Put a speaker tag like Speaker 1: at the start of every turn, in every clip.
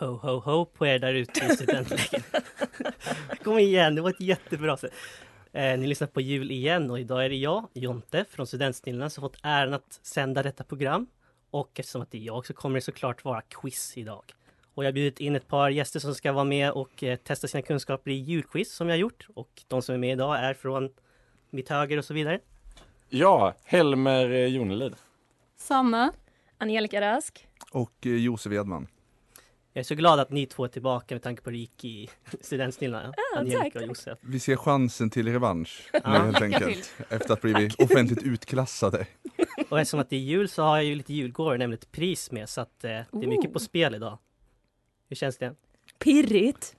Speaker 1: Ho, ho, ho på er där ute i studentlägen. Kom igen, det var ett jättebra sätt. Eh, ni lyssnar på jul igen och idag är det jag, Jonte från Studentsnillena, som fått äran att sända detta program. Och eftersom att det är jag så kommer det såklart vara quiz idag. Och jag har bjudit in ett par gäster som ska vara med och eh, testa sina kunskaper i julquiz som jag har gjort. Och de som är med idag är från mitt höger och så vidare.
Speaker 2: Ja, Helmer eh, Jonelid.
Speaker 3: Sanna. Angelica Rask.
Speaker 4: och eh, Josef Edman.
Speaker 1: Jag är så glad att ni två är tillbaka med tanke på hur det gick i Studentsnillena,
Speaker 3: Ja, tack,
Speaker 1: Angelica och
Speaker 3: tack.
Speaker 1: Josef.
Speaker 4: Vi ser chansen till revansch
Speaker 1: Ja.
Speaker 4: nu helt
Speaker 3: Lycka
Speaker 4: enkelt. Efter att blivit offentligt utklassade.
Speaker 1: Och eftersom att det är jul så har jag ju lite julgåvor, nämligen ett pris med så att eh, det är mycket på spel idag. Hur känns det?
Speaker 5: Pirrigt!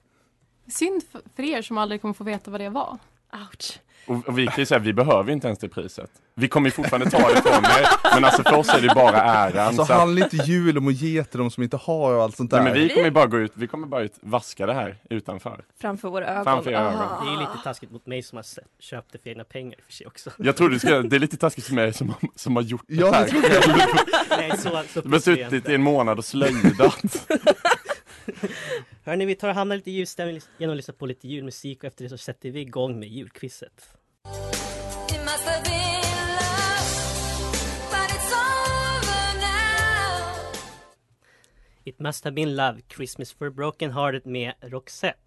Speaker 3: Synd f- för er som aldrig kommer få veta vad det var. Ouch.
Speaker 2: Och, och vi kan ju säga, vi behöver ju inte ens det priset. Vi kommer ju fortfarande ta det från er, men alltså för oss är det bara äran.
Speaker 4: Alltså
Speaker 2: så att,
Speaker 4: handla inte jul om att ge till de som inte har och allt sånt
Speaker 2: nej,
Speaker 4: där.
Speaker 2: men vi kommer ju bara gå ut, vi kommer bara ut, vaska det här utanför.
Speaker 5: Framför våra ögon. Ah.
Speaker 2: Framför era ögon.
Speaker 1: Det är ju
Speaker 6: Ah.
Speaker 1: lite taskigt mot mig som har sett- köpt det för egna pengar i och för sig också.
Speaker 2: Jag tror du ska, det är lite taskigt för mig som, har- som har gjort
Speaker 4: Ja,
Speaker 2: det här.
Speaker 4: det
Speaker 1: Nej, så, så
Speaker 2: Du har suttit i en månad och slöjdat.
Speaker 1: Hörni, vi tar och hamnar lite i ljusstämning genom att lyssna på lite julmusik och efter det så sätter vi igång med julquizet. It must have been love, Christmas for broken hearted med Roxette.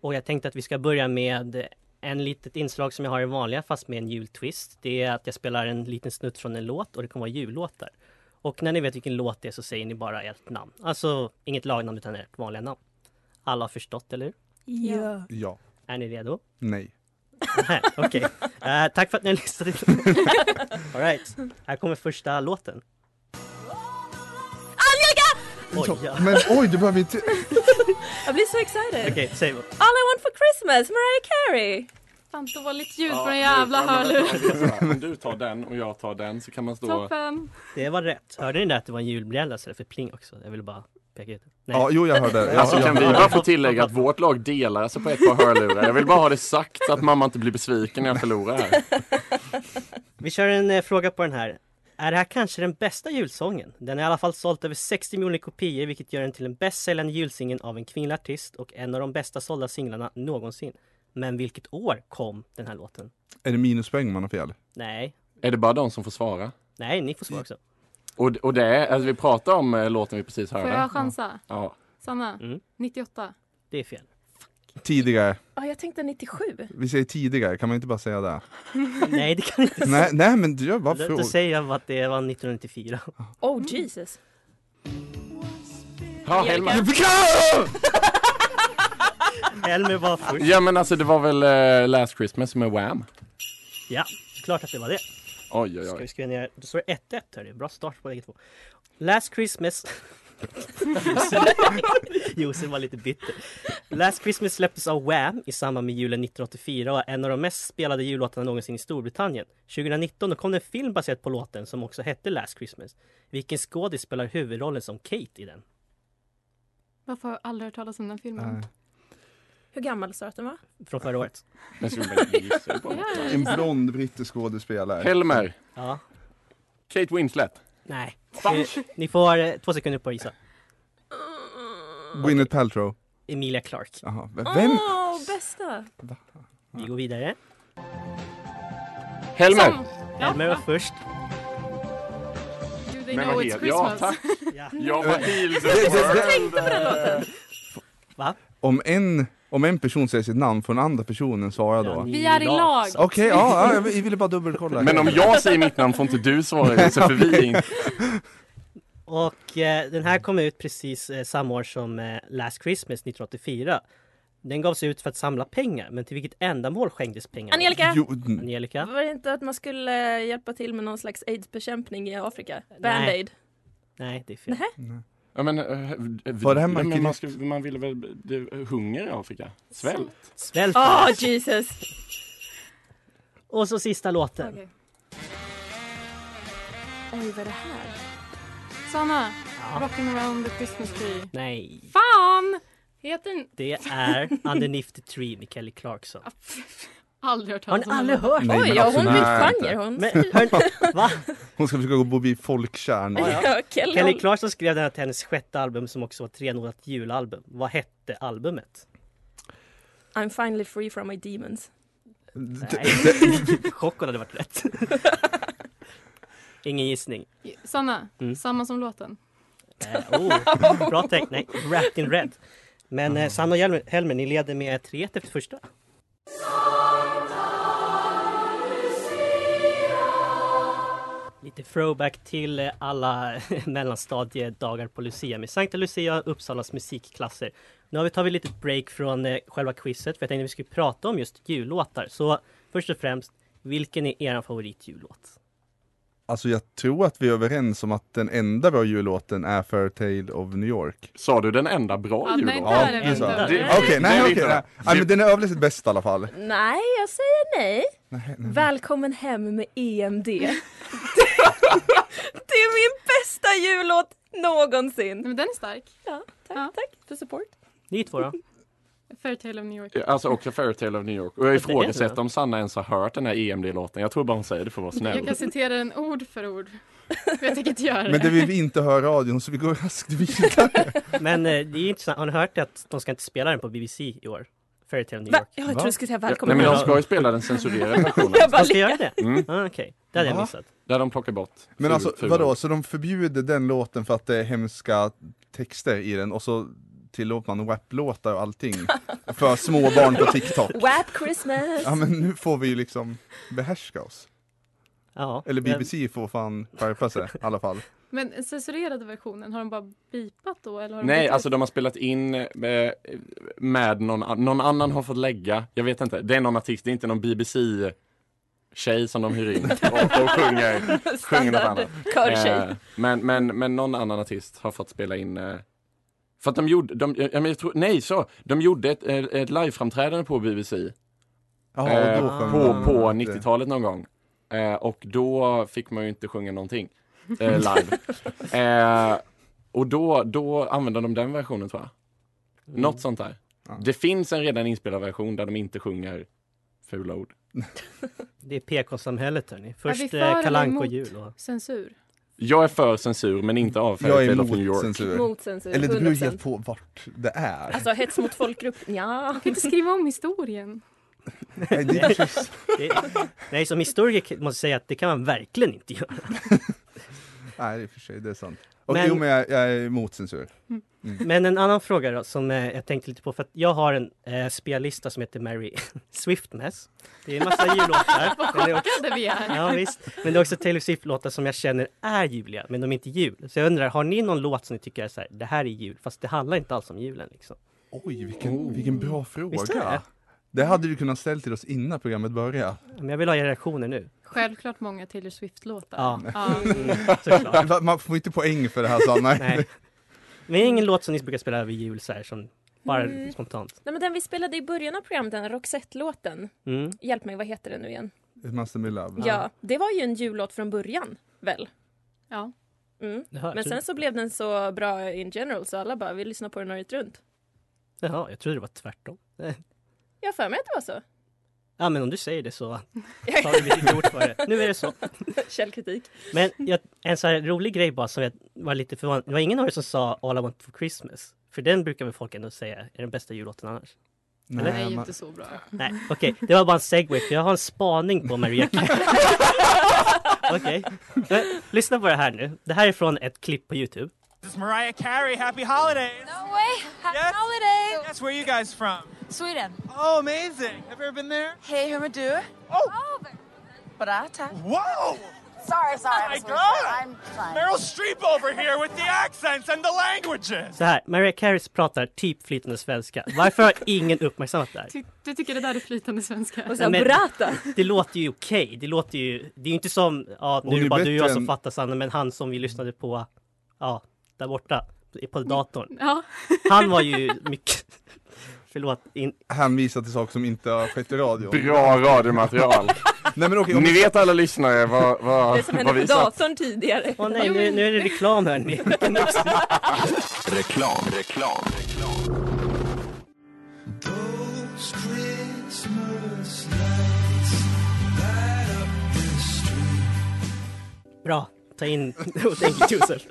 Speaker 1: Och jag tänkte att vi ska börja med en litet inslag som jag har i vanliga fast med en jultwist. Det är att jag spelar en liten snutt från en låt och det kommer vara jullåtar. Och när ni vet vilken låt det är så säger ni bara ert namn. Alltså inget lagnamn utan ert vanliga namn. Alla har förstått, eller hur?
Speaker 5: Ja.
Speaker 4: Ja,
Speaker 1: Är ni redo?
Speaker 4: nej.
Speaker 1: Nej, Okej. Eh, tack för att ni har lyssnat. All right. Här kommer första låten. Oj,
Speaker 4: Ja,
Speaker 1: ja.
Speaker 4: Men oj, du behöver inte...
Speaker 5: Jag blir så excited!
Speaker 1: Okej, säg vad.
Speaker 5: All I want for Christmas, Mariah Carey!
Speaker 3: Fan dåligt ljud från en jävla hörlur.
Speaker 2: Om du tar den och jag tar den så kan man stå...
Speaker 3: Toppen.
Speaker 1: Det var rätt. Hörde ni där att det var en julbrälla så det för pling också? Jag ville bara peka ut det. Nej.
Speaker 4: Ja, jo jag hörde. Jag,
Speaker 2: Alltså
Speaker 4: jag,
Speaker 2: kan vi
Speaker 4: hörde.
Speaker 2: bara få tillägga att vårt lag delar sig på ett par hörlurar. Jag vill bara ha det sagt så att mamma inte blir besviken när jag förlorar här.
Speaker 1: Vi kör en eh, fråga på den här. Är det här kanske den bästa julsången? Den har i alla fall sålt över 60 miljoner kopior vilket gör den till den bästsäljande julsingeln av en kvinnlig artist och en av de bästa sålda singlarna någonsin. Men vilket år kom den här låten?
Speaker 4: Är det minuspoäng om man har fel?
Speaker 1: Nej,
Speaker 2: Är det bara de som får svara?
Speaker 1: nej, ni får svara också.
Speaker 2: Och, och det är, alltså vi pratar om eh, låten vi precis
Speaker 3: Får jag
Speaker 2: hörde.
Speaker 3: chansa?
Speaker 2: Ja.
Speaker 3: Sanna?
Speaker 1: Mm.
Speaker 3: 98.
Speaker 1: Det är fel.
Speaker 4: Tidigare.
Speaker 5: Ja, jag tänkte 97.
Speaker 4: Vi säger tidigare, kan man inte bara säga det?
Speaker 1: Nej, det kan inte
Speaker 4: Nej, nej men du, vad
Speaker 1: Då, då
Speaker 4: frågar
Speaker 1: säger jag att det var 1994.
Speaker 5: Oh Jesus.
Speaker 2: Ja, Helmer.
Speaker 1: Helmer var först.
Speaker 2: Ja men alltså det var väl eh, Last Christmas med Wham?
Speaker 1: Ja, klart att det var det.
Speaker 2: Oj oj
Speaker 1: Ska vi
Speaker 2: oj.
Speaker 1: skriva ner. Då står det 1-1 hörni. Bra start på läget två. Last Christmas Josef var lite bitter. Last Christmas släpptes av Wham i samband med julen 1984 och är en av de mest spelade jullåtarna någonsin i Storbritannien. 2019 då kom det en film baserat på låten som också hette Last Christmas. Vilken skådis spelar huvudrollen som Kate i den?
Speaker 3: Varför har jag aldrig hört talas om den filmen?
Speaker 4: Nej.
Speaker 5: Hur gammal sa du att den var?
Speaker 1: Från förra året.
Speaker 2: Den skulle man inte gissa på.
Speaker 4: En blond brittisk skådespelare.
Speaker 2: Helmer,
Speaker 1: Ja.
Speaker 2: Kate Winslet.
Speaker 1: Nej. Ni, ni får eh, två sekunder på er att gissa.
Speaker 4: Gwyneth Paltrow.
Speaker 1: Emilia Clarke.
Speaker 4: Jaha. V-
Speaker 5: Ah.
Speaker 4: Vem?
Speaker 5: Åh, bästa!
Speaker 1: Vi går vidare.
Speaker 2: Helmer!
Speaker 1: Elmer var först.
Speaker 3: Do they
Speaker 2: Men
Speaker 3: know
Speaker 2: vad
Speaker 3: it's
Speaker 2: heter- ja,
Speaker 3: Christmas?
Speaker 2: tack.
Speaker 1: Ja.
Speaker 2: Jag var Hilde.
Speaker 4: Om, en, om en person säger sitt namn får den andra personen svara då. Okej,
Speaker 3: Vi är i lag.
Speaker 4: ja, ja, jag ville bara dubbelkolla.
Speaker 2: Men om jag säger mitt namn får inte du svara Josef, för vi är inte...
Speaker 1: Och eh, den här kom ut precis eh, samma år som eh, Last Christmas 1984. Den gavs ut för att samla pengar, men till vilket ändamål skänktes pengarna?
Speaker 5: Angelica!
Speaker 4: Jo, n-
Speaker 1: Angelica?
Speaker 5: Var det inte att man skulle hjälpa till med någon slags aidsbekämpning i Afrika?
Speaker 1: Band-Aid.
Speaker 5: Band-Aid?
Speaker 1: Nej, det är fel.
Speaker 2: Ja, men, eh, vi-
Speaker 4: Var det här
Speaker 2: men man,
Speaker 4: Marguerite?
Speaker 2: skulle, man ville väl... Det, hunger i Afrika? Svält?
Speaker 1: Svält!
Speaker 5: Åh, Jesus!
Speaker 1: Och så sista låten.
Speaker 3: Okej.
Speaker 5: Oj, vad är det här?
Speaker 3: Sanna,
Speaker 1: Ja.
Speaker 3: Rocking around the Christmas tree.
Speaker 1: Nej,
Speaker 3: Fan! Heter den...
Speaker 1: det är Underneath the Tree med Kelly Clarkson.
Speaker 3: Aldrig hört
Speaker 1: Har
Speaker 3: talas
Speaker 1: ni
Speaker 3: om den.
Speaker 1: aldrig hört?
Speaker 4: Nej,
Speaker 5: Oj,
Speaker 4: men
Speaker 5: ja,
Speaker 4: alltså,
Speaker 5: hon
Speaker 4: nej,
Speaker 5: bytt genre
Speaker 4: inte.
Speaker 5: hon.
Speaker 1: Men, hör, va?
Speaker 4: Hon ska försöka gå förbi folkkärn.
Speaker 1: Ja, ja.
Speaker 5: Ja, Kelly.
Speaker 1: Kelly Clarkson skrev den här till hennes sjätte album som också var ett renodlat julalbum. Vad hette albumet?
Speaker 5: I'm finally free from my demons.
Speaker 1: Nej, chocken hade varit rätt. Ingen gissning.
Speaker 3: Sanna,
Speaker 1: Mm.
Speaker 3: samma som låten.
Speaker 1: Eh, oh, bra tänk, nej. Wrapped in red. Men eh, Sanna och Helmer, Helmer, ni leder med 3-1 efter första. Lite throwback till eh, alla mellanstadiedagar på Lucia med Sankta Lucia och Uppsalas musikklasser. Nu har vi tagit lite break från eh, själva quizet för jag tänkte vi skulle prata om just jullåtar. Så först och främst, vilken är er favoritjullåt?
Speaker 4: Alltså jag tror att vi är överens om att den enda bra jullåten är Fairytale of New York.
Speaker 2: Sa du den enda bra
Speaker 3: Ja, nej,
Speaker 2: jullåten?
Speaker 3: där är vi inte.
Speaker 2: Det-
Speaker 1: Ja, det-
Speaker 4: Okej, nej
Speaker 2: det är
Speaker 4: okej,
Speaker 2: inte
Speaker 4: nej.
Speaker 2: det.
Speaker 4: Ja, men den är överlägset bäst i alla fall.
Speaker 5: Nej, jag säger nej.
Speaker 4: Nej, nej.
Speaker 5: Välkommen hem med E EMD. det är min bästa jullåt
Speaker 3: Nej,
Speaker 5: någonsin.
Speaker 3: men den är stark.
Speaker 5: Ja, tack,
Speaker 3: Ja.
Speaker 5: tack för support.
Speaker 1: Ni två då?
Speaker 3: Fairytale of New York.
Speaker 2: Alltså också Fairytale of New York. Och jag
Speaker 1: Det är det.
Speaker 2: ifrågasätter om Sanna ens har hört den här EMD-låten. Jag tror bara hon säger det för att vara
Speaker 3: Jag
Speaker 2: snäll.
Speaker 3: kan citera den ord för ord. För jag tänker inte göra
Speaker 4: Men det vill vi inte höra i radion så vi går raskt vidare.
Speaker 1: Men eh, det är intressant, har ni hört att de ska inte spela den på BBC i år? Fairytale New
Speaker 5: Va?
Speaker 1: York.
Speaker 5: Jag trodde du skulle säga
Speaker 2: Ja,
Speaker 5: välkommen
Speaker 2: Nej men
Speaker 5: hem.
Speaker 2: de ska ju spela den censurerade versionen.
Speaker 5: Jag bara,
Speaker 1: De ska göra det?
Speaker 2: Mm.
Speaker 1: Ah, Okej, det hade jag
Speaker 4: Va?
Speaker 1: missat.
Speaker 2: Där de plockar bort
Speaker 4: Men
Speaker 2: ful-
Speaker 4: alltså
Speaker 2: ful-
Speaker 4: vadå, så de förbjuder den låten för att det är hemska texter i den och så tillåter man WAP-låtar och allting för små barn på TikTok.
Speaker 5: Wap Christmas!
Speaker 4: Ja men nu får vi ju liksom behärska oss.
Speaker 1: Ja.
Speaker 4: Eller BBC får fan skärpa sig i alla fall.
Speaker 3: Men censurerade versionen, har de bara bipat då? Eller har de bytt
Speaker 2: Nej,
Speaker 3: ut?
Speaker 2: alltså de har spelat in eh, med någon, an- någon annan har fått lägga. Jag vet inte. Det är någon artist, det är inte någon BBC-tjej som de hyr in och, och sjunger. sjunger något
Speaker 5: Standard
Speaker 2: annat.
Speaker 5: körtjej.
Speaker 2: Eh, men, men, men någon annan artist har fått spela in. Eh, för att de gjorde, de, ja, men jag tror, nej så, de gjorde ett, eh, ett liveframträdande på BBC
Speaker 4: Ja,
Speaker 2: eh,
Speaker 4: och då får
Speaker 2: på,
Speaker 4: man-
Speaker 2: på 90-talet någon gång. Eh, och då fick man ju inte sjunga någonting eh, live. eh, och då, då använde de den versionen tror jag. Något sånt där.
Speaker 4: Ja.
Speaker 2: Det finns en redan inspelad version där de inte sjunger fula ord.
Speaker 1: Det är PK-samhället hörni.
Speaker 3: vi
Speaker 1: Först
Speaker 3: för
Speaker 1: eh,
Speaker 3: eller
Speaker 1: Kalle Anka och
Speaker 3: emot?
Speaker 1: jul. Och...
Speaker 3: Censur.
Speaker 2: Jag är för censur men inte av
Speaker 4: Jag är
Speaker 2: Fairytale of New
Speaker 4: emot
Speaker 2: York.
Speaker 4: censur.
Speaker 5: Mot censur,
Speaker 4: Eller det
Speaker 5: 100%.
Speaker 4: beror ju helt på vart det är.
Speaker 5: Alltså hets mot folkgrupp, ja.
Speaker 3: Man kan inte skriva om historien.
Speaker 4: Nej, det är så-
Speaker 1: Det... Nej, som historiker måste jag säga att det kan man verkligen inte göra.
Speaker 4: Nej, i och för sig, det är sant. Och,
Speaker 1: Men-
Speaker 4: Jo men jag, jag är emot censur.
Speaker 1: Men en annan fråga då som eh, jag tänkte lite på för att jag har en eh, spellista som heter Mary Swiftness. Det är en massa jullåtar. Men det är också-
Speaker 3: Där vi är.
Speaker 1: Ja visst, men det är också Taylor Swift-låtar som jag känner är juliga, men de är inte jul. Så jag undrar, har ni någon låt som ni tycker är så här, det här är jul, fast det handlar inte alls om julen liksom?
Speaker 4: Oj, vilken, vilken bra
Speaker 1: Oh. Visst är det?
Speaker 4: fråga. Det hade du kunnat ställa till oss innan programmet började.
Speaker 1: Men jag vill ha era reaktioner nu.
Speaker 3: Självklart många Taylor Swift-låtar.
Speaker 1: Ja. Mm,
Speaker 3: Ja.
Speaker 1: Såklart.
Speaker 4: Man får inte poäng för det här Sanna.
Speaker 1: Nej. Men det är ingen låt som ni brukar spela över jul så här, som bara
Speaker 5: Mm.
Speaker 1: spontant.
Speaker 5: Nej men den vi spelade i början av programmet, den Roxette-låten.
Speaker 1: Mm.
Speaker 5: Hjälp mig, vad heter den nu igen?
Speaker 4: It must have been love.
Speaker 5: Ja, det var ju en jullåt från början, väl?
Speaker 3: Ja.
Speaker 5: Mm. Men
Speaker 1: Jaha, jag
Speaker 5: sen
Speaker 1: trodde,
Speaker 5: så blev den så bra in general så alla bara, vi lyssnar på den året runt.
Speaker 1: jaha, jag trodde det var tvärtom. Nej.
Speaker 5: Jag har för mig att det var så.
Speaker 1: Ja, men om du säger det så tar vi ditt ord för det. Nu är det så.
Speaker 5: Källkritik.
Speaker 1: Men jag, en så här rolig grej bara som jag var lite förvånad. Det var ingen av er som sa All I Want For Christmas. För den brukar väl folk ändå säga är den bästa jullåten annars.
Speaker 3: Den är ju
Speaker 4: man-
Speaker 3: inte så bra.
Speaker 1: Nej, okej. Det var bara en segway för jag har en spaning på Maria Carey. Okej. Men Lyssna på det här nu. Det här är från ett klipp på Youtube.
Speaker 7: This is Mariah Carey. Happy holidays.
Speaker 8: No way! Happy
Speaker 7: Yes.
Speaker 8: holidays!
Speaker 7: That's where you guys from.
Speaker 8: Sweden.
Speaker 7: Oh, amazing. Have you ever been there?
Speaker 8: Hey, Hamadur.
Speaker 7: Oh,
Speaker 8: Barata.
Speaker 7: whoa. Oh
Speaker 8: Sorry, sorry.
Speaker 7: My
Speaker 8: I was worried.
Speaker 7: God.
Speaker 8: I'm fine.
Speaker 7: Meryl Streep over here with the accents and the languages.
Speaker 1: Så här, Maria Carey pratar typ flytande svenska. Varför har ingen uppmärksammat det här?
Speaker 3: Ty- Du tycker det där är flytande svenska?
Speaker 5: Och så
Speaker 1: men-
Speaker 5: Brata.
Speaker 1: Det låter ju okej. Det låter ju... Det är ju inte som... Ja,
Speaker 4: Hon
Speaker 1: nu
Speaker 4: är
Speaker 1: är det bara
Speaker 4: bättre
Speaker 1: du och jag som
Speaker 4: än-
Speaker 1: fattar Sanna, men han som vi lyssnade på... Ja, där borta. På datorn.
Speaker 3: Ja.
Speaker 1: Han var ju mycket... Förlåt. In,
Speaker 4: Hänvisa till saker som inte har skett i radio.
Speaker 2: Bra radiomaterial.
Speaker 4: Nej men okej, om
Speaker 2: Ni vet alla lyssnare vad, vad,
Speaker 5: Det som
Speaker 2: vad
Speaker 5: hände
Speaker 2: vi
Speaker 5: på
Speaker 2: sa.
Speaker 5: datorn tidigare.
Speaker 1: Åh nej, nu, nu är det reklam hörni.
Speaker 9: Reklam, reklam, reklam.
Speaker 1: Bra, ta in... Oh, thank you Josef.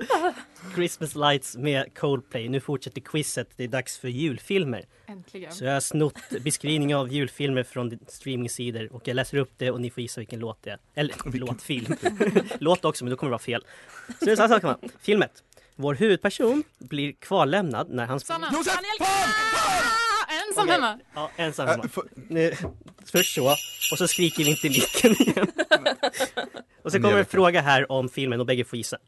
Speaker 1: Christmas Lights med Coldplay. Nu fortsätter quizet. Det är dags för julfilmer.
Speaker 3: Äntligen.
Speaker 1: Så jag har snott beskrivningar av julfilmer från streamingsidor och jag läser upp det och ni får gissa vilken låt det är. Eller låt, film. låt också, men då kommer det vara fel. Så det är så här saker man. Film ett. Vår huvudperson blir kvarlämnad när han...
Speaker 3: Sanna!
Speaker 4: Josef!
Speaker 3: Daniel- Ah, Ensam
Speaker 1: Okej.
Speaker 3: hemma!
Speaker 1: Ja, ensam
Speaker 4: Äh,
Speaker 1: hemma.
Speaker 4: för,
Speaker 1: Nu, först så, och så skriker vi inte i micken igen. Och så kommer en fråga här om filmen och bägge får gissa.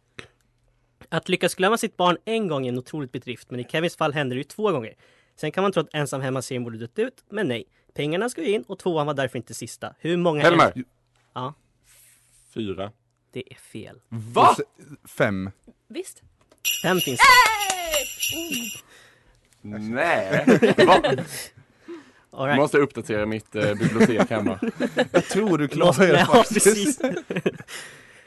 Speaker 1: Att lyckas glömma sitt barn en gång är en otroligt bedrift, men i Kevins fall händer det ju två gånger. Sen kan man tro att ensam hemma-serien borde dött ut, men nej. Pengarna ska ju in och tvåan var därför inte sista. Hur många...
Speaker 2: Helmer.
Speaker 1: Ja.
Speaker 2: Fyra.
Speaker 1: Det är fel.
Speaker 2: Va?
Speaker 4: fem.
Speaker 5: Visst.
Speaker 1: Fem finns
Speaker 2: Nej.
Speaker 1: All
Speaker 2: Jag
Speaker 1: right.
Speaker 2: måste uppdatera mitt eh, bibliotek hemma.
Speaker 4: Jag tror du
Speaker 1: Måste-
Speaker 4: klarar det
Speaker 1: Ja, precis.
Speaker 4: faktiskt.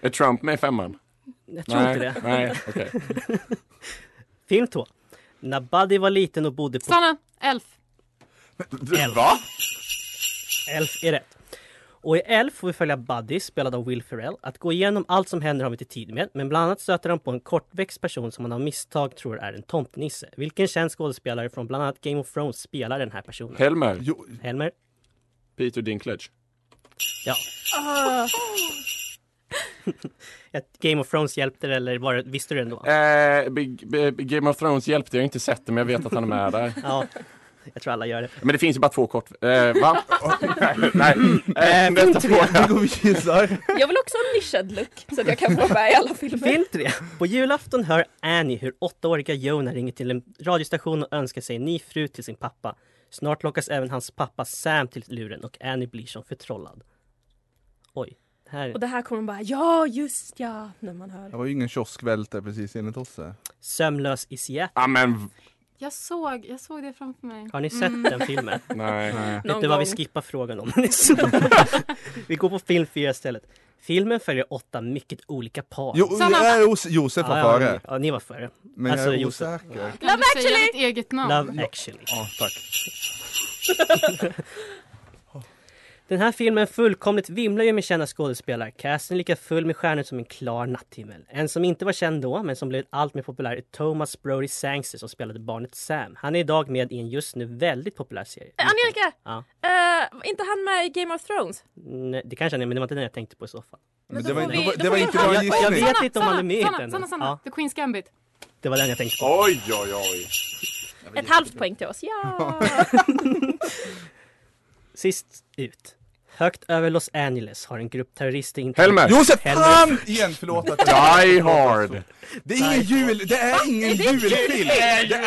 Speaker 2: Är Trump med i femman?
Speaker 1: Jag tror
Speaker 2: Nej,
Speaker 1: inte det.
Speaker 2: nej, okej.
Speaker 1: Film två. När Buddy var liten och bodde på
Speaker 3: Sanna! Elf!
Speaker 2: Va?
Speaker 1: Elf är rätt. Och i Elf får vi följa Buddy, spelad av Will Ferrell, att gå igenom allt som händer har vi inte tid med, men bland annat stöter han på en kortväxt person som han av misstag tror är en tomtnisse. Vilken känd skådespelare från bland annat Game of Thrones spelar den här personen?
Speaker 2: Helmer.
Speaker 4: Jo,
Speaker 1: Helmer?
Speaker 2: Peter Dinklage.
Speaker 1: Ja. Ett Game of Thrones hjälpte det, eller var det, visste du det ändå?
Speaker 2: Eh, Big- Big- Big Game of Thrones hjälpte, jag har inte sett det men jag vet att han är med där.
Speaker 1: Ja, jag tror alla gör det.
Speaker 2: Men det finns ju bara två kort... Eh, va? nej, nej. Eh, nästa
Speaker 4: vi
Speaker 2: fråga.
Speaker 4: går vidare.
Speaker 5: Jag vill också ha en
Speaker 10: liksom.
Speaker 5: nischad look så att jag kan vara med i alla filmer.
Speaker 1: Film tre. På julafton hör Annie hur åttaåriga Jonah ringer till en radiostation och önskar sig en ny fru till sin pappa. Snart lockas även hans pappa Sam till luren och Annie blir som förtrollad. Oj, det här...
Speaker 5: Och det här kommer bara, ja just ja, när man hör.
Speaker 4: Det var ju ingen kioskvältare precis enligt oss. här.
Speaker 1: Sömnlös i Seattle.
Speaker 2: Ja men,
Speaker 3: Jag såg, jag såg det framför mig.
Speaker 1: Har ni sett den filmen?
Speaker 2: nej.
Speaker 1: Vet
Speaker 5: Mm. Någon
Speaker 1: du vad vi
Speaker 5: gång.
Speaker 1: skippar frågan om? vi går på film fyra istället. Filmen följer åtta mycket olika par.
Speaker 4: Jo,
Speaker 3: Sanna.
Speaker 4: jag är os- Josef var
Speaker 1: ja, ja,
Speaker 4: före.
Speaker 1: ni, ja, ni var före.
Speaker 4: Men
Speaker 1: Alltså,
Speaker 4: jag är
Speaker 1: Josef.
Speaker 4: osäker.
Speaker 3: Kan Love du säga ditt eget namn?
Speaker 1: Love actually.
Speaker 4: Ja, tack.
Speaker 1: Den här filmen fullkomligt vimlar ju med kända skådespelare. Casten är lika full med stjärnor som en klar natthimmel. En som inte var känd då, men som blivit allt mer populär är Thomas Brody Sangster som spelade barnet Sam. Han är idag med i en just nu väldigt populär serie.
Speaker 5: Eh, Angelica!
Speaker 1: Ja.
Speaker 5: Eh, var inte han med i Game of Thrones?
Speaker 1: Nej, det kanske han är, men det var inte den jag tänkte på i så fall.
Speaker 4: Men
Speaker 5: då
Speaker 4: det var,
Speaker 5: får
Speaker 4: inte-
Speaker 5: vi-
Speaker 4: det var,
Speaker 5: då
Speaker 4: det
Speaker 5: får
Speaker 4: var
Speaker 5: vi
Speaker 4: inte
Speaker 5: ha-
Speaker 4: bra
Speaker 1: jag- jag
Speaker 4: gissning.
Speaker 1: vet inte om han är med i
Speaker 3: Sanna,
Speaker 1: den.
Speaker 3: Sanna, Sanna!
Speaker 1: Ja.
Speaker 3: The Queen's Gambit.
Speaker 1: Det var den jag tänkte på.
Speaker 2: Oj, oj, oj.
Speaker 5: Ett halvt poäng till oss, ja!
Speaker 1: Sist ut. Högt över Los Angeles har en grupp terrorister... inte-
Speaker 2: Helmer.
Speaker 4: Josef!
Speaker 1: Helmer.
Speaker 4: Fan! Igen, förlåt att jag...
Speaker 2: Die
Speaker 1: Eh,
Speaker 2: Hard.
Speaker 4: Det är ingen jul, det är ingen julfilm! Det är ingen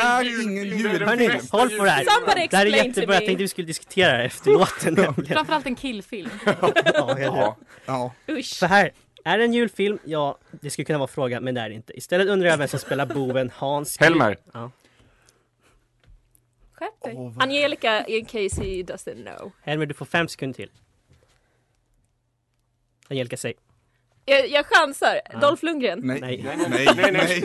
Speaker 1: Hörni,
Speaker 4: julfilm!
Speaker 1: håll på det
Speaker 5: Somebody
Speaker 1: här! Det här är
Speaker 5: explain to
Speaker 1: jättebra, jag
Speaker 5: me.
Speaker 1: tänkte vi skulle diskutera det här efter låten. nämligen.
Speaker 3: Framförallt en killfilm.
Speaker 1: Ja, eller hur?
Speaker 4: Ja,
Speaker 5: Usch!
Speaker 1: Så här, Är det en julfilm? Ja, det skulle kunna vara fråga, men det är det inte. Istället undrar jag vem som spelar boven Hans
Speaker 2: Helmer.
Speaker 1: Ja.
Speaker 10: Skärp dig. Angelica, in case he doesn't know.
Speaker 1: Helmer, du får fem sekunder till. Angelica, säg.
Speaker 10: Jag, jag chansar.
Speaker 2: Ja.
Speaker 10: Dolph Lundgren.
Speaker 2: Nej, nej, nej, nej, nej, nej, nej,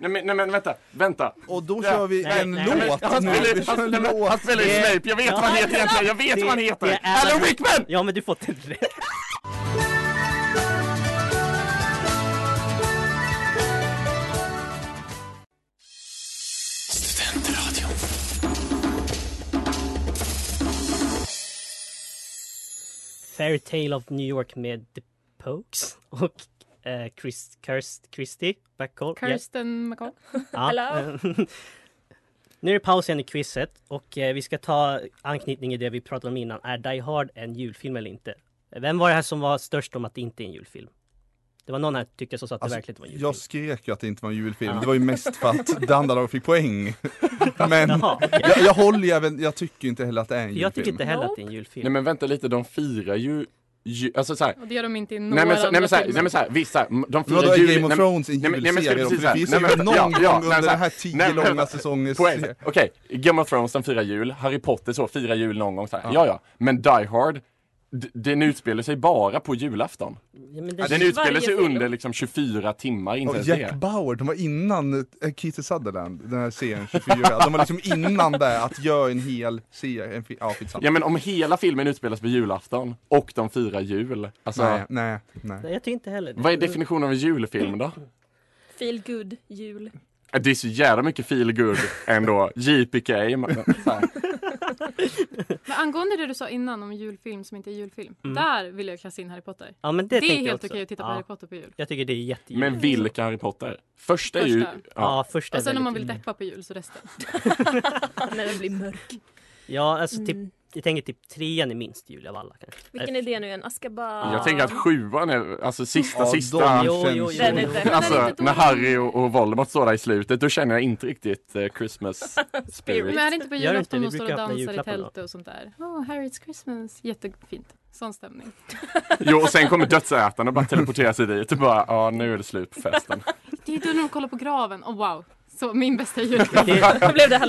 Speaker 2: nej, men- nej, men vänta, vänta.
Speaker 4: Och då
Speaker 2: Ja.
Speaker 4: kör vi
Speaker 2: Nej,
Speaker 4: en
Speaker 2: nej,
Speaker 4: låt
Speaker 2: men- Han
Speaker 4: nu.
Speaker 2: spelar
Speaker 4: Vi kör en
Speaker 2: han- nej, men
Speaker 4: låt.
Speaker 2: han spelar ju
Speaker 4: Det-
Speaker 2: Snape, jag vet
Speaker 4: Ja,
Speaker 2: vad han heter egentligen, jag vet
Speaker 1: det-
Speaker 2: vad han
Speaker 1: det
Speaker 2: heter!
Speaker 1: är-
Speaker 2: Alan Rickman!
Speaker 1: Ja, men du får inte rätt. Fairy Tale of New York med The Pokes och eh, Chris, Kirst, Christie, backcall. Ja.
Speaker 3: Kirsten McCall.
Speaker 1: Ja, eh, nu är det paus igen i quizet och eh, vi ska ta anknytning i det vi pratade om innan. Är Die Hard en julfilm eller inte? Vem var det här som var störst om att det inte är en julfilm? Det var någon här tyckte som sa att det
Speaker 4: Alltså,
Speaker 1: verkligen inte var en
Speaker 4: jag skrek ju att det inte var en julfilm,
Speaker 1: Ja.
Speaker 4: det var ju mest för att Dandalag fick poäng. Men
Speaker 1: Jaha.
Speaker 4: jag, jag håller ju även, jag tycker inte heller att det är en julfilm.
Speaker 1: Jag tycker inte heller att det är en julfilm.
Speaker 2: Nej men vänta lite, de firar ju, ju alltså såhär,
Speaker 3: Och det gör de inte i några
Speaker 2: Nej men, så, nej,
Speaker 3: andra
Speaker 2: men, så här,
Speaker 3: filmer.
Speaker 2: nej men så här, visst så här, m- de
Speaker 4: Men vadå,
Speaker 2: firar
Speaker 4: är
Speaker 2: jul...
Speaker 4: Game of
Speaker 2: nej, men-
Speaker 4: Thrones en
Speaker 2: nej, men- nej, men
Speaker 4: julserie?
Speaker 2: precis
Speaker 4: De
Speaker 2: så här,
Speaker 4: finns
Speaker 2: nej,
Speaker 4: ju
Speaker 2: men-
Speaker 4: någon
Speaker 2: ja,
Speaker 4: gång
Speaker 2: ja,
Speaker 4: under
Speaker 2: nej, men så här,
Speaker 4: den här tio
Speaker 2: nej, men-
Speaker 4: långa säsongen.
Speaker 2: Poäng. Okej, Game of Thrones de firar jul, Harry Potter så firar jul någon gång så här. Ja.
Speaker 4: Ja.
Speaker 2: ja men Die Hard, d- den utspelar sig bara på julafton.
Speaker 1: Ja, men det
Speaker 2: den
Speaker 1: är-
Speaker 2: utspelar
Speaker 1: varje
Speaker 2: sig
Speaker 1: film.
Speaker 2: under liksom 24 timmar, inte
Speaker 4: Och
Speaker 2: ens
Speaker 4: Jack
Speaker 2: det.
Speaker 4: Bauer, de var innan eh, Keith Sutherland, den här serien 24, de var liksom innan det att göra en hel serie, en fi- ja skitsamma.
Speaker 2: Ja men om hela filmen utspelas på julafton och de firar jul, alltså
Speaker 4: Nej, nej, nej.
Speaker 1: Nej, jag tycker inte heller det.
Speaker 2: vad är definitionen av en julfilm då?
Speaker 10: Feel good jul.
Speaker 2: Det är så jävla mycket feel good ändå, JPK. men- så här.
Speaker 3: Men angående det du sa innan om julfilm som inte är julfilm.
Speaker 2: Mm.
Speaker 3: Där vill jag klassa in Harry Potter.
Speaker 1: Ja, men det
Speaker 3: är
Speaker 1: tänker jag
Speaker 3: helt
Speaker 1: också.
Speaker 3: okej att titta på
Speaker 1: Ja.
Speaker 3: Harry Potter på jul.
Speaker 1: Jag tycker det är jättejuligt.
Speaker 2: Men vilka Harry Potter? Första är ju...
Speaker 3: Första.
Speaker 1: Ja, första är
Speaker 3: Och sen om man vill
Speaker 1: väldigt-
Speaker 3: deppa på jul så resten.
Speaker 10: När den blir mörk.
Speaker 1: Ja, alltså typ,
Speaker 10: Mm.
Speaker 1: jag tänker typ trean är minst jul av alla kanske. Äh,
Speaker 10: Vilken är det nu igen?
Speaker 5: Ah.
Speaker 10: Azkaban?
Speaker 2: Jag tänker att sjuan är, alltså sista,
Speaker 1: Ja, de
Speaker 2: sista.
Speaker 1: Jo, jo, jo,
Speaker 10: Den är jo. definitivt
Speaker 2: Alltså
Speaker 10: dålig.
Speaker 2: när Harry och, och Voldemort står där i slutet, då känner jag inte riktigt eh, Christmas spirit.
Speaker 3: Men är det inte på
Speaker 1: Gör det inte,
Speaker 3: julafton
Speaker 1: vi
Speaker 3: de står och
Speaker 1: brukar öppna
Speaker 3: dansar i
Speaker 1: julklapparna.
Speaker 3: tält och sånt där? Oh, Harry it's Christmas. Jättefint. Sån stämning.
Speaker 2: Jo, och sen kommer dödsätarna och bara teleporterar sig dit och bara, ja nu är det slut på festen.
Speaker 3: Det är då när de kollar på graven. Oh, wow. Så min bästa julfilm.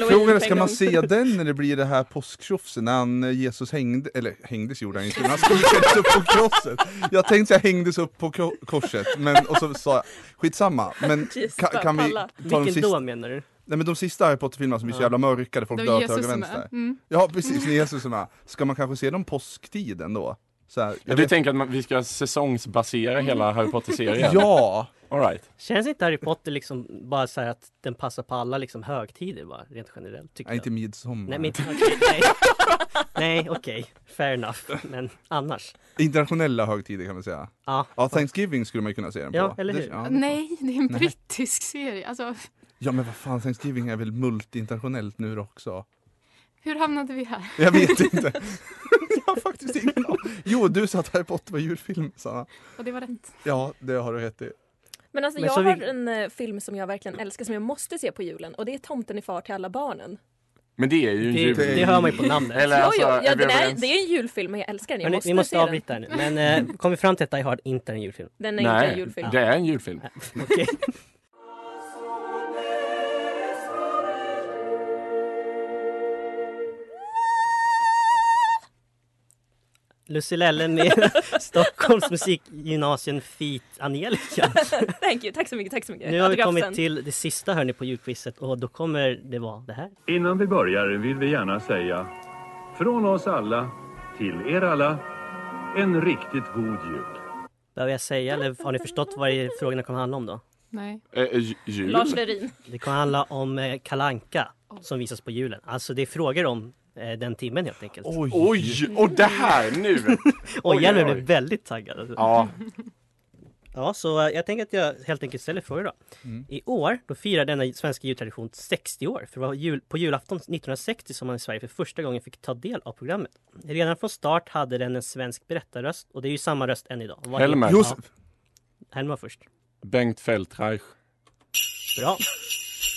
Speaker 4: Frågan är, ska man se den när det blir det här påsktjofset när han, eh, Jesus hängde, eller hängdes gjorde han inte, men han spikades upp på krosset. Jag tänkte säga hängdes upp på kro- korset, men, och så sa jag, skitsamma, men ka, kan vi ta de
Speaker 1: Vilken då
Speaker 4: sista?
Speaker 1: menar du?
Speaker 4: Nej men de sista Harry Potter-filmerna som blir så jävla mörka där folk
Speaker 1: Det var
Speaker 4: dör till
Speaker 1: Jesus
Speaker 4: höger och
Speaker 1: som
Speaker 4: vänster.
Speaker 1: är. Mm.
Speaker 4: Ja precis, det är Jesus som är. Ska man kanske se dem påsktiden då? Så här,
Speaker 2: Du tänker att man, vi ska säsongsbasera hela Harry Potter-serien?
Speaker 4: Ja!
Speaker 2: All right.
Speaker 1: Känns inte Harry Potter liksom bara så här att den passar på alla liksom högtider bara, rent generellt? Tycker
Speaker 4: Nej, inte
Speaker 1: jag.
Speaker 4: midsommar.
Speaker 1: Nej, men inte okej, nej. nej, okej. Fair enough. Men annars.
Speaker 4: Internationella högtider kan man säga.
Speaker 1: Ja.
Speaker 4: Thanksgiving skulle man ju kunna se den på.
Speaker 1: Ja, eller
Speaker 4: Det-
Speaker 1: hur?
Speaker 4: ja.
Speaker 3: Nej, det är en
Speaker 4: Nej.
Speaker 3: brittisk serie. Alltså,
Speaker 4: Ja men vad fan, Thanksgiving är väl multi-internationellt nu också?
Speaker 3: hur hamnade vi här?
Speaker 4: Jag vet inte. jag har faktiskt ingen aning. Jo, du sa att Harry Potter var julfilm Sanna.
Speaker 3: Och det var rätt.
Speaker 4: Ja, det har du rätt i.
Speaker 10: Men alltså
Speaker 4: Men
Speaker 10: jag
Speaker 4: så vi-
Speaker 10: har en eh, film som jag verkligen älskar som jag måste se på julen och det är Tomten är far till alla barnen.
Speaker 2: Men det är ju en
Speaker 1: Det-
Speaker 2: jul...
Speaker 1: det hör man ju på namnet.
Speaker 2: Eller
Speaker 1: Jo,
Speaker 2: alltså,
Speaker 10: jo, ja,
Speaker 2: är vi
Speaker 10: den är,
Speaker 2: överens?
Speaker 10: det är en julfilm men jag älskar den. Jag
Speaker 1: Hörni,
Speaker 10: måste,
Speaker 1: vi måste
Speaker 10: se den.
Speaker 1: avbryta här nu. Men eh, kom vi fram till att Die Hard inte är en julfilm?
Speaker 10: Den är inte en julfilm.
Speaker 2: det är en julfilm.
Speaker 1: Ja, Okej. Lucilelle med Stockholms musikgymnasium feat Angelica.
Speaker 10: Thank you, tack så mycket, tack så mycket.
Speaker 1: Nu har vi
Speaker 10: Autografsen.
Speaker 1: kommit till det sista hörni på julquizet och då kommer det vara det här.
Speaker 11: Innan vi börjar vill vi gärna säga från oss alla till er alla en riktigt god jul.
Speaker 1: Behöver jag säga eller har ni förstått vad det är frågorna kommer handla om då?
Speaker 3: Nej.
Speaker 2: Eh, jul?
Speaker 3: Lars Lerin.
Speaker 1: Det kommer handla om eh, Kalanka som visas på julen. Alltså det är frågor om eh, den timmen helt enkelt.
Speaker 2: Oj. Oj, och det här nu!
Speaker 1: Oj, jag
Speaker 2: Oj,
Speaker 1: blev
Speaker 2: oj.
Speaker 1: väldigt taggad. Alltså.
Speaker 2: Ja.
Speaker 1: Ja, så eh, jag tänker att jag helt enkelt ställer frågor då.
Speaker 4: Mm.
Speaker 1: I år, då firar denna svenska jultradition 60 år. För det var jul, på julafton 1960 som man i Sverige för första gången fick ta del av programmet. Redan från start hade den en svensk berättarröst och det är ju samma röst än idag. Vad är-
Speaker 2: Helmer. Josef.
Speaker 1: Ja. Helmer var först.
Speaker 2: Bengt Feldreich.
Speaker 1: Bra.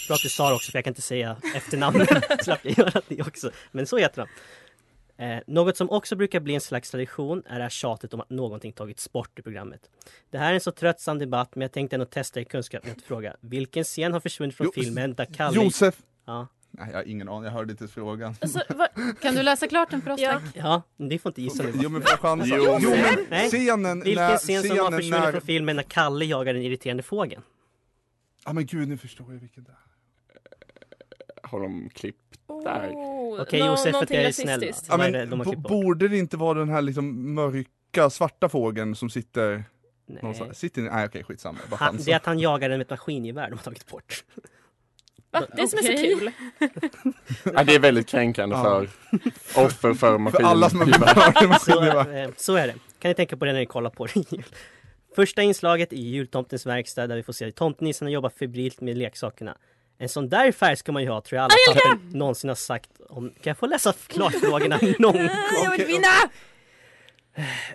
Speaker 1: Bra att du sa det också, för jag kan inte säga efternamnet. Slapp jag göra det också. Men så heter han. Eh, något som också brukar bli en slags tradition är det här tjatet om att någonting tagits bort i programmet. Det här är en så tröttsam debatt men jag tänkte ändå testa er kunskap med att fråga vilken scen har försvunnit från
Speaker 4: Jo-
Speaker 1: filmen där Kalle...
Speaker 4: Josef!
Speaker 1: Ja.
Speaker 4: Nej, jag har ingen aning, jag hörde inte ens frågan.
Speaker 10: Alltså,
Speaker 3: Kan du läsa klart den för oss tack?
Speaker 1: Ja, ni får inte gissa nu.
Speaker 4: Jo, men får jag chansa?
Speaker 1: Jo,
Speaker 4: Jo, men
Speaker 1: Nej.
Speaker 4: scenen
Speaker 1: Vilken
Speaker 4: när-
Speaker 1: scen som har
Speaker 4: scenen
Speaker 1: försvunnit
Speaker 4: när-
Speaker 1: från filmen när Kalle jagar den irriterande fågeln?
Speaker 4: Ja men gud, nu förstår jag vilken det är.
Speaker 2: Har de klippt där?
Speaker 1: Okej, nå- Josef, någonting jag är snäll. rasistiskt.
Speaker 4: Ja,
Speaker 1: Vad är
Speaker 4: men,
Speaker 1: det de har
Speaker 4: bo-
Speaker 1: klippt bort?
Speaker 4: borde det inte vara den här liksom mörka, svarta fågeln som sitter någonstans? Sitter ni? Nej okej, skitsamma. Bara
Speaker 1: Han, Eh. det är
Speaker 4: chansa.
Speaker 1: att han jagar den med ett maskingevär de har tagit bort.
Speaker 10: Va? Det är som är så
Speaker 3: Okej.
Speaker 10: kul.
Speaker 2: Ja, det är väldigt kränkande
Speaker 1: Ja.
Speaker 2: för offer för maskiner.
Speaker 1: Så, eh, Så är det. Kan ni tänka på det när ni kollar på det i jul? Första inslaget är jultomtens verkstad där vi får se tomtenissarna jobba febrilt med leksakerna. En sån där färg ska man ju ha tror jag alla
Speaker 5: Angelica!
Speaker 1: papper någonsin har sagt om... Kan jag få läsa klart frågorna någon gång? Eh,
Speaker 5: Jag vill vinna!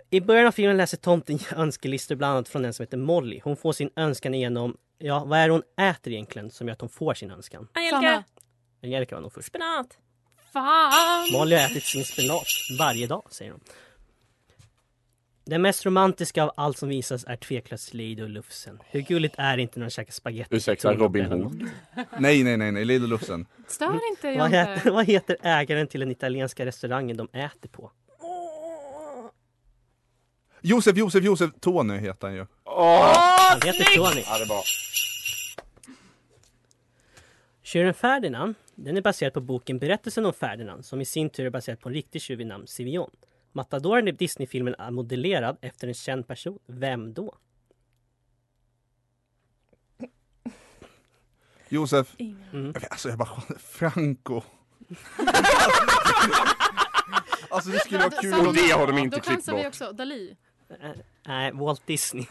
Speaker 1: I början av filmen läser tomten önskelistor bland annat från den som heter Molly. Hon får sin önskan igenom... Ja, vad är det hon äter egentligen som gör att hon får sin önskan?
Speaker 10: Angelica,
Speaker 1: Angelica var nog först.
Speaker 10: spenat.
Speaker 3: Fan!
Speaker 1: Molly har ätit sin spenat varje dag, säger de. Den mest romantiska av allt som visas är tveklöst Lady och Lufsen. Hur gulligt är det inte när de käkar spagetti?
Speaker 2: Ursäkta, Robin Hood.
Speaker 4: Nej, nej, nej, nej, Lady Lufsen.
Speaker 3: Stör inte
Speaker 1: Mm. Vad
Speaker 3: Jonte.
Speaker 1: heter, vad heter ägaren till den italienska restaurangen de äter på?
Speaker 4: Josef, Josef, Josef, Tony heter han ju.
Speaker 1: Han heter Tony.
Speaker 2: Ja, det var.
Speaker 1: Tjuren Ferdinand, den är baserad på boken Berättelsen om Ferdinand som i sin tur är baserad på en riktig tjuv vid namn Sivion. Matadoren i Disney-filmen är modellerad efter en känd person. Vem då?
Speaker 4: Josef.
Speaker 1: Mm.
Speaker 4: Alltså jag bara Franco. alltså det skulle vara kul
Speaker 3: Samma-
Speaker 4: om-
Speaker 3: Då chansar vi också. Dali.
Speaker 1: Nej, Walt Disney.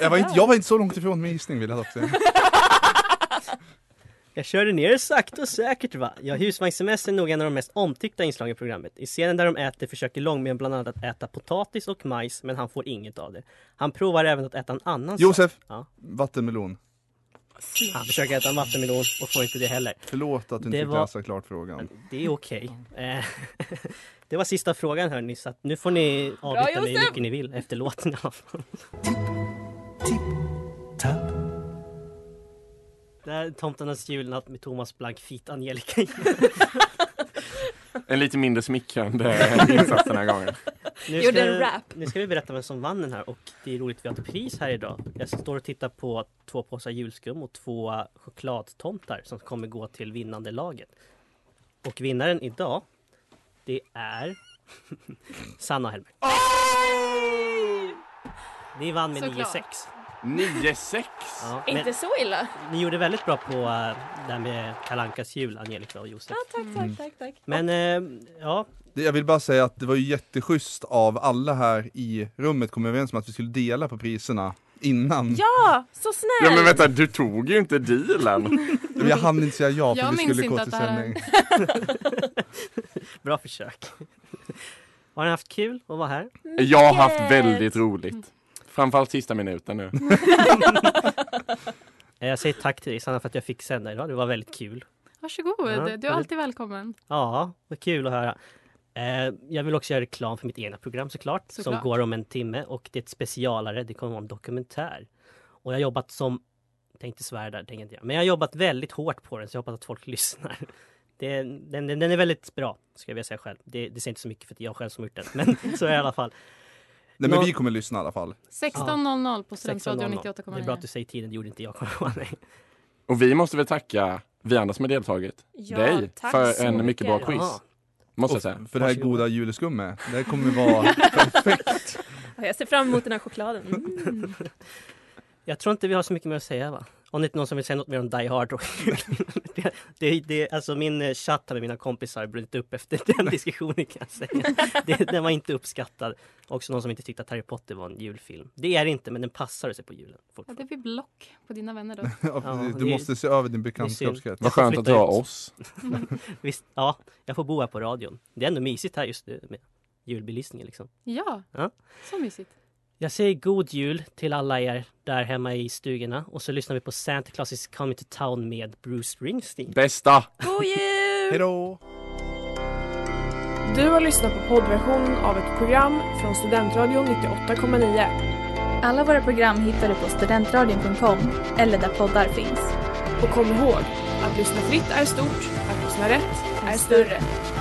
Speaker 4: Jag var, inte, jag var inte så långt ifrån min gissning vill jag dock säga.
Speaker 1: Jag körde ner det sakta och säkert va? Ja, husvagnssemestern är nog en av de mest omtyckta inslagen i programmet. I scenen där de äter försöker Långben bland annat att äta potatis och majs, men han får inget av det. Han provar även att äta en annan
Speaker 4: Josef,
Speaker 1: sak. Ja.
Speaker 4: vattenmelon.
Speaker 1: Han försöker äta en vattenmelon och får inte det heller.
Speaker 4: Förlåt att du inte
Speaker 1: Det
Speaker 4: fick
Speaker 1: var-
Speaker 4: läsa klart frågan.
Speaker 1: Det är okej. Eh, det var sista frågan hörni, så att nu får ni avbryta mig hur
Speaker 3: Josef!
Speaker 1: mycket ni vill efter låten i alla fall. Det här är Tomtarnas julnatt med Thomas Blank Fit Angelica.
Speaker 2: En lite mindre smickrande insats den här gången.
Speaker 1: Nu
Speaker 10: Gjorde
Speaker 1: ska-
Speaker 10: en rap.
Speaker 1: Nu ska vi berätta vem som vann den här och det är roligt, vi har ett pris här idag. Jag står och tittar på två påsar julskum och två chokladtomtar som kommer gå till vinnande laget. Och vinnaren idag, det är Sanna och Helmer. Ni vann med
Speaker 10: Såklart.
Speaker 1: 9-6.
Speaker 2: 9-6?
Speaker 1: Ja, men
Speaker 10: Inte så illa.
Speaker 1: ni gjorde väldigt bra på eh, det här med Kalankas jul, Angelica och Josef. Mm.
Speaker 10: Tack, tack, tack, tack.
Speaker 1: Men eh, ja,
Speaker 4: Det- Jag vill bara säga att det var ju jätteschysst av alla här i rummet kom överens om att vi skulle dela på priserna innan.
Speaker 10: Ja, så snällt!
Speaker 2: Ja men vänta, du tog ju inte dealen.
Speaker 4: Men Jag hann inte säga ja för
Speaker 10: Jag
Speaker 4: vi
Speaker 10: minns
Speaker 4: skulle
Speaker 10: inte att
Speaker 4: gå till
Speaker 10: det här-
Speaker 4: sändning.
Speaker 1: bra försök. Har ni haft kul att vara här?
Speaker 2: Jag har haft väldigt roligt. Framförallt sista minuten nu.
Speaker 1: Eh, Jag säger tack till dig Sanna för att jag fick sända idag. Det var väldigt kul.
Speaker 3: Varsågod.
Speaker 1: Ja,
Speaker 3: Du är
Speaker 1: och-
Speaker 3: alltid välkommen.
Speaker 1: Ja, vad kul att höra. Eh, Jag vill också göra reklam för mitt egna program såklart,
Speaker 3: Såklart.
Speaker 1: som går om en timme och det är ett specialare. Det kommer vara en dokumentär. Och jag har jobbat som, tänkte svära där, tänkte inte jag. Men jag har jobbat väldigt hårt på den så jag hoppas att folk lyssnar. Det, den, den, den är väldigt bra, ska jag vilja säga själv. Det, det säger inte så mycket för att det är jag själv som har gjort den, men så är det i alla fall.
Speaker 4: Nej men
Speaker 1: Nå-
Speaker 4: vi kommer lyssna i alla fall.
Speaker 3: 16.00 på Studentradion
Speaker 1: 16.00. Det är bra
Speaker 3: 98,9.
Speaker 1: att du säger tiden, det gjorde inte jag. kommer jag ihåg. Nej.
Speaker 2: Och vi måste väl tacka vi andra som har deltagit.
Speaker 10: Ja,
Speaker 2: dig
Speaker 10: tack
Speaker 2: för
Speaker 10: så
Speaker 2: en
Speaker 10: mycket.
Speaker 2: mycket bra
Speaker 1: Ja.
Speaker 2: quiz. Måste jag
Speaker 4: Och
Speaker 2: säga.
Speaker 4: För det här
Speaker 2: Varsågod.
Speaker 4: goda juleskummet. Det här kommer vara perfekt.
Speaker 10: Ja, Jag ser fram emot den här chokladen. Mm.
Speaker 1: Jag tror inte vi har så mycket mer att säga va? Om det inte är någon som vill säga något mer om Die Hard. och- det, det, det, alltså min eh, chatt här med mina kompisar brutit upp efter den diskussionen kan jag säga. Det, den var inte uppskattad. Också någon som inte tyckte att Harry Potter var en julfilm. Det är det inte, men den passar sig på julen.
Speaker 3: Ja, det blir block på dina vänner då.
Speaker 4: Ja, precis. Du måste se över din bekantskapskrets.
Speaker 2: Vad skönt att du har
Speaker 1: oss. Visst, ja, jag får bo här på radion. Det är ändå mysigt här just nu med julbelysningen liksom.
Speaker 3: Ja,
Speaker 1: Ja.
Speaker 3: så mysigt.
Speaker 1: Jag säger god jul till alla er där hemma i stugorna och så lyssnar vi på Santa Claus is coming to town med Bruce Springsteen.
Speaker 2: Bästa!
Speaker 10: God jul!
Speaker 4: Hejdå!
Speaker 12: Du har lyssnat på poddversionen av ett program från Studentradion 98,9.
Speaker 13: Alla våra program hittar du på studentradion.com eller där poddar finns.
Speaker 12: Och kom ihåg, att lyssna fritt är stort, att lyssna rätt är större.